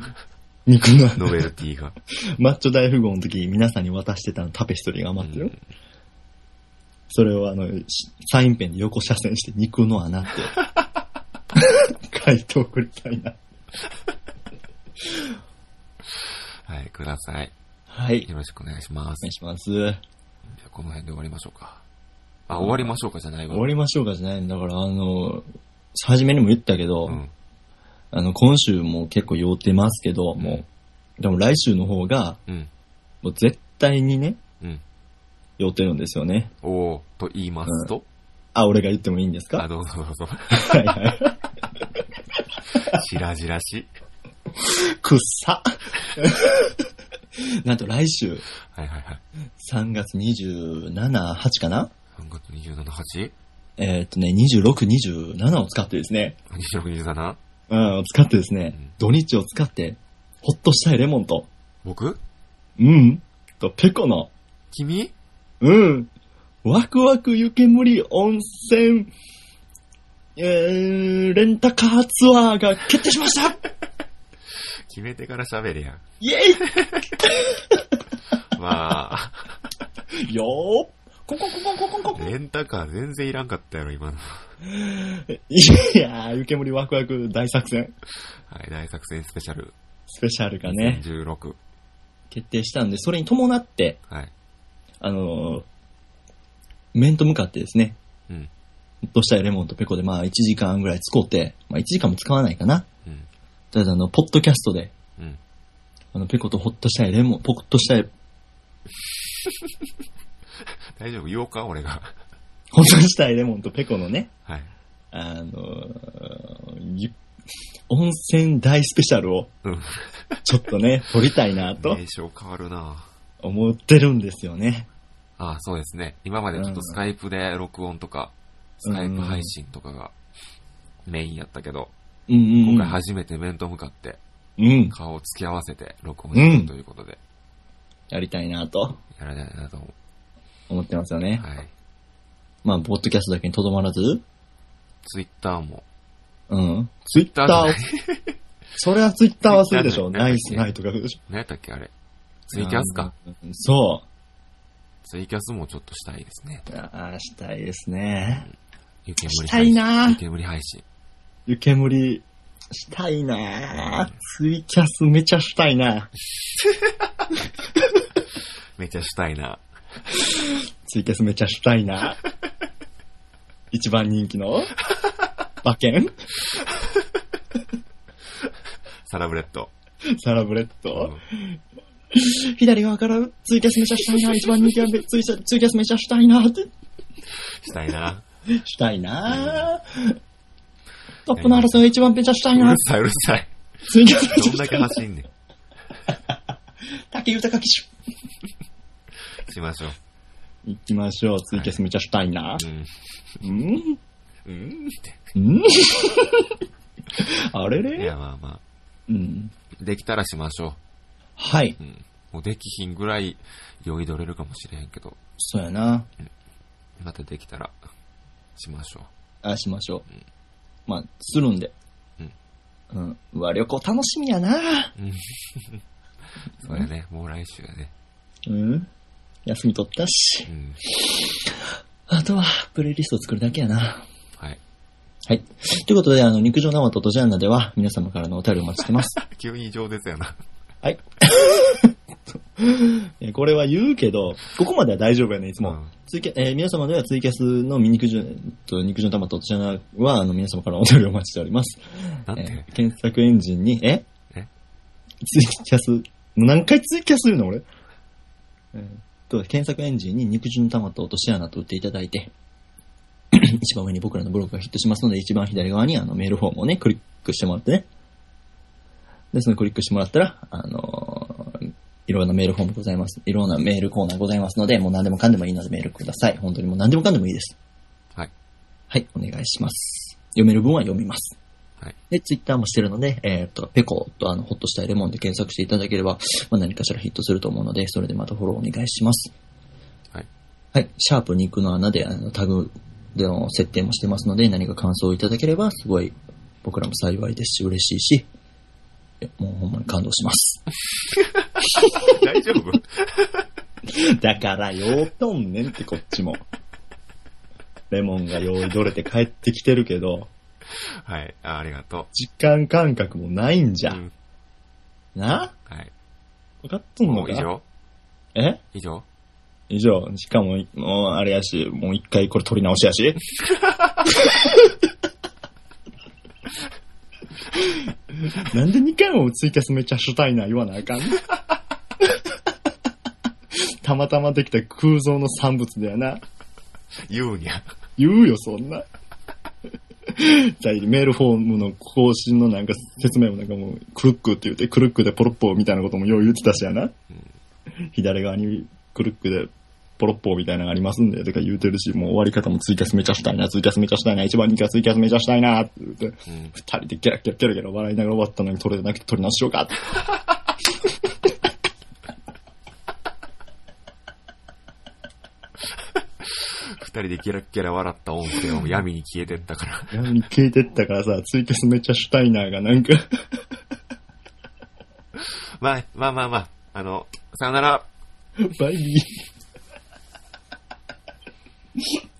B: 肉の *laughs*
A: ノベルティが。
B: マッチョ大富豪の時皆さんに渡してたタペストリーが余ってる、それをあの、しサインペンで横斜線して肉の穴って *laughs* 書いて送りたいな。
A: はい、ください。
B: はい。
A: よろしくお願いしま
B: お
A: す
B: 願い。します。
A: じゃあこの辺で終わりましょうか。あ、終わりましょうかじゃないわ。
B: 終わりましょうかじゃないんだから、あの、初めにも言ったけど、
A: うん。
B: あの、今週も結構酔ってますけど、もう、でも来週の方が、
A: うん。
B: もう絶対にね、
A: うん。
B: 酔ってるんですよね。
A: おー、と言いますと、
B: あ、俺が言ってもいいんです
A: あ、
B: か
A: どうぞどうぞ。
B: はいはい。
A: しらじらし。
B: くっさ *laughs* なんと来週、
A: はいはいはい。
B: 3月27、8かな
A: 3月27、
B: えーっとね、26、27を使ってですね、
A: 8?2627?
B: うん、を使ってですね
A: うん、
B: 土日を使って、ほっとしたいレモンと、
A: 僕
B: うん、とペコの、
A: 君
B: うん、ワクワク湯煙温泉、えー、レンタカーツアーが決定しました
A: 決めてから喋るやん。
B: *laughs* イエイ
A: まあ。
B: よーコンコンコンコンコンコンコン
A: レンタカー全然いらんかったやろ、今の。
B: いやー、湯煙ワクワク大作戦、
A: はい、大作戦スペシャル。
B: スペシャルがね、
A: 16。
B: 決定したんで、それに伴って、
A: はい。
B: あのー面と向かってですね、
A: うん。
B: ほっとしたいレモンとペコで、まあ1時間ぐらい使うて、まあ1時間も使わないかな。
A: うん。
B: ただあの、ポッドキャストで、
A: うん。
B: あの、ペコとほっとしたいレモン、ポッとしたい、
A: 大丈夫言おうか俺が。 *laughs*
B: ほっとしたいレモンとペコのね、
A: はい。
B: あのーゆ温泉大スペシャルを、
A: うん。
B: ちょっとね、撮りたいなと
A: 名称変わるな
B: 思ってるんですよね。
A: ああ、そうですね。今までちょっとスカイプで録音とか、スカイプ配信とかがメインやったけど、
B: うんうん、うん。
A: 今回初めて面と向かって
B: うん。
A: 顔を付き合わせて録音してるということで、
B: やりたいなと
A: やらないなと思う。
B: 思ってますよね。
A: はい。
B: まあ、ポッドキャストだけにとどまらず、
A: ツイッターも。
B: うん。ツイッターをそれはツイッター忘れるでしょ。ナイスナイトが。
A: 何やったっけあれ。ツイキャスか。
B: うん。そ
A: ツイキャスもちょっとしたいですね。
B: う。ああ、したいですね。
A: 湯煙
B: した
A: 配
B: い
A: 信。
B: な
A: 湯
B: ぁ。
A: 煙配信。
B: 湯煙。したいなぁ。ツイキャスめちゃしたいなぁ。
A: めちゃしたいな。
B: ツイキャスめちゃしたい *laughs* なぁ。一番人気の馬券
A: サラブレッド。
B: サラブレッ
A: う
B: ド
A: ん。
B: 左側からツイキャスめちゃしたいなぁ。一番人気はツイキャツイキャスめちゃしたいなぁって。
A: したいな。
B: したいなぁ。トップの争いが一番めちゃしたいうなぁ
A: る。さいうるさい。
B: ツイキャスめ
A: ど
B: ちゃ
A: んだ
B: し
A: け
B: たいなぁ。
A: 走んねん。
B: 竹豊騎手。
A: しましょう。
B: 行きましょう。ツイキャスめちゃしたいな。
A: うん。
B: うん
A: うんって。
B: うん *laughs* あれ
A: い
B: れ
A: や、まあま
B: うん。
A: あ。できたらしましょ
B: はい。
A: う。うん。もうできひんぐらい酔いどれるかもしれへんけど、
B: そうやな。
A: またできたら、しましょ
B: あ、しましょう。まあ、するんで。
A: うん。
B: うん。うわ、旅行楽しみやな。
A: う。うん。そうやね。もう来週やね。
B: うん。休み取ったし
A: う。ん。
B: あとは、プレイリストを作るだけやな。
A: はい。
B: はい。ということで、あの、肉状生とドジャンナでは、皆様からのお便りをお待ちし
A: *laughs*
B: てます。
A: 急に情熱やな。
B: はい。えこれは言うけど、ここまでは大丈夫やね、いつも。
A: うん
B: ツイキャえー皆様ではツイキャスのミニクジュと肉汁の玉とお茶なは、あの、皆様からお便りをお待ちしております。
A: *laughs* なん
B: え
A: て
B: ー検索エンジンに、え
A: え
B: ツイキャス、もう何回ツイキャスするの俺。えーっと、検索エンジンに肉汁の玉と落とし穴と打っていただいて、 *coughs* 一番上に僕らのブログがヒットしますので、一番左側にあのメールフォームをね、クリックしてもらってね。で、そのクリックしてもらったら、あのーいろんなメールフォームございます。いろんなメールコーナーございますので、もう何でもかんでもいいのでメールください。本当にもう何でもかんでもいいです。
A: はい。
B: はい、お願いします。読める分は読みます。
A: はい。
B: で、ツイッターもしてるので、えーっと、ペコとあの、ホッとしたいレモンで検索していただければ、まあ、何かしらヒットすると思うので、それでまたフォローお願いします。
A: はい。
B: はい、シャープ肉の穴であのタグでの設定もしてますので、何か感想をいただければ、すごい僕らも幸いですし、嬉しいし、いやもうほんまに感動します。
A: 大丈夫
B: *laughs* だから、ようとんねんってこっちも。レモンが用意どれて帰ってきてるけど、
A: はい。あありがと
B: 時間感覚もないんじ
A: う。
B: ゃ。
A: うん
B: な
A: はい。
B: 分かっとんの
A: もう
B: か
A: 以上
B: え
A: 以上
B: 以上。しかも、もうあれやし、もう一回これ撮り直し
A: *laughs*
B: やし。なんで2回もツイキャスめっちゃしたいな言わな
A: *laughs*
B: あかんたまたまできた空想の産物だよな。
A: 言うにゃ。
B: 言うよ、そんな。じゃあメールフォームの更新のなんか説明もなんかもう、クルックって言って、クルックでポロッポーみたいなこともよう言ってたしやな。左側にクルックでポロッポーみたいなのがありますんで、とか言うてるし、もう終わり方もツイキャスめちゃしたいな、ツイキャスめちゃしたいな、一番人気はツイキャスめちゃしたいな、って言って、
A: うん。
B: 二人でキャラキャラキャラキャラ笑いながら終わったのに撮れてなくて撮り直しようかって。
A: 二人でキラッキラ笑った音声を闇に消えてったから。
B: 闇に消えてったからさ、ツイキャスめちゃしたいながなんか、
A: まあ、まあまあまあ、あの、さよなら。
B: バイビー。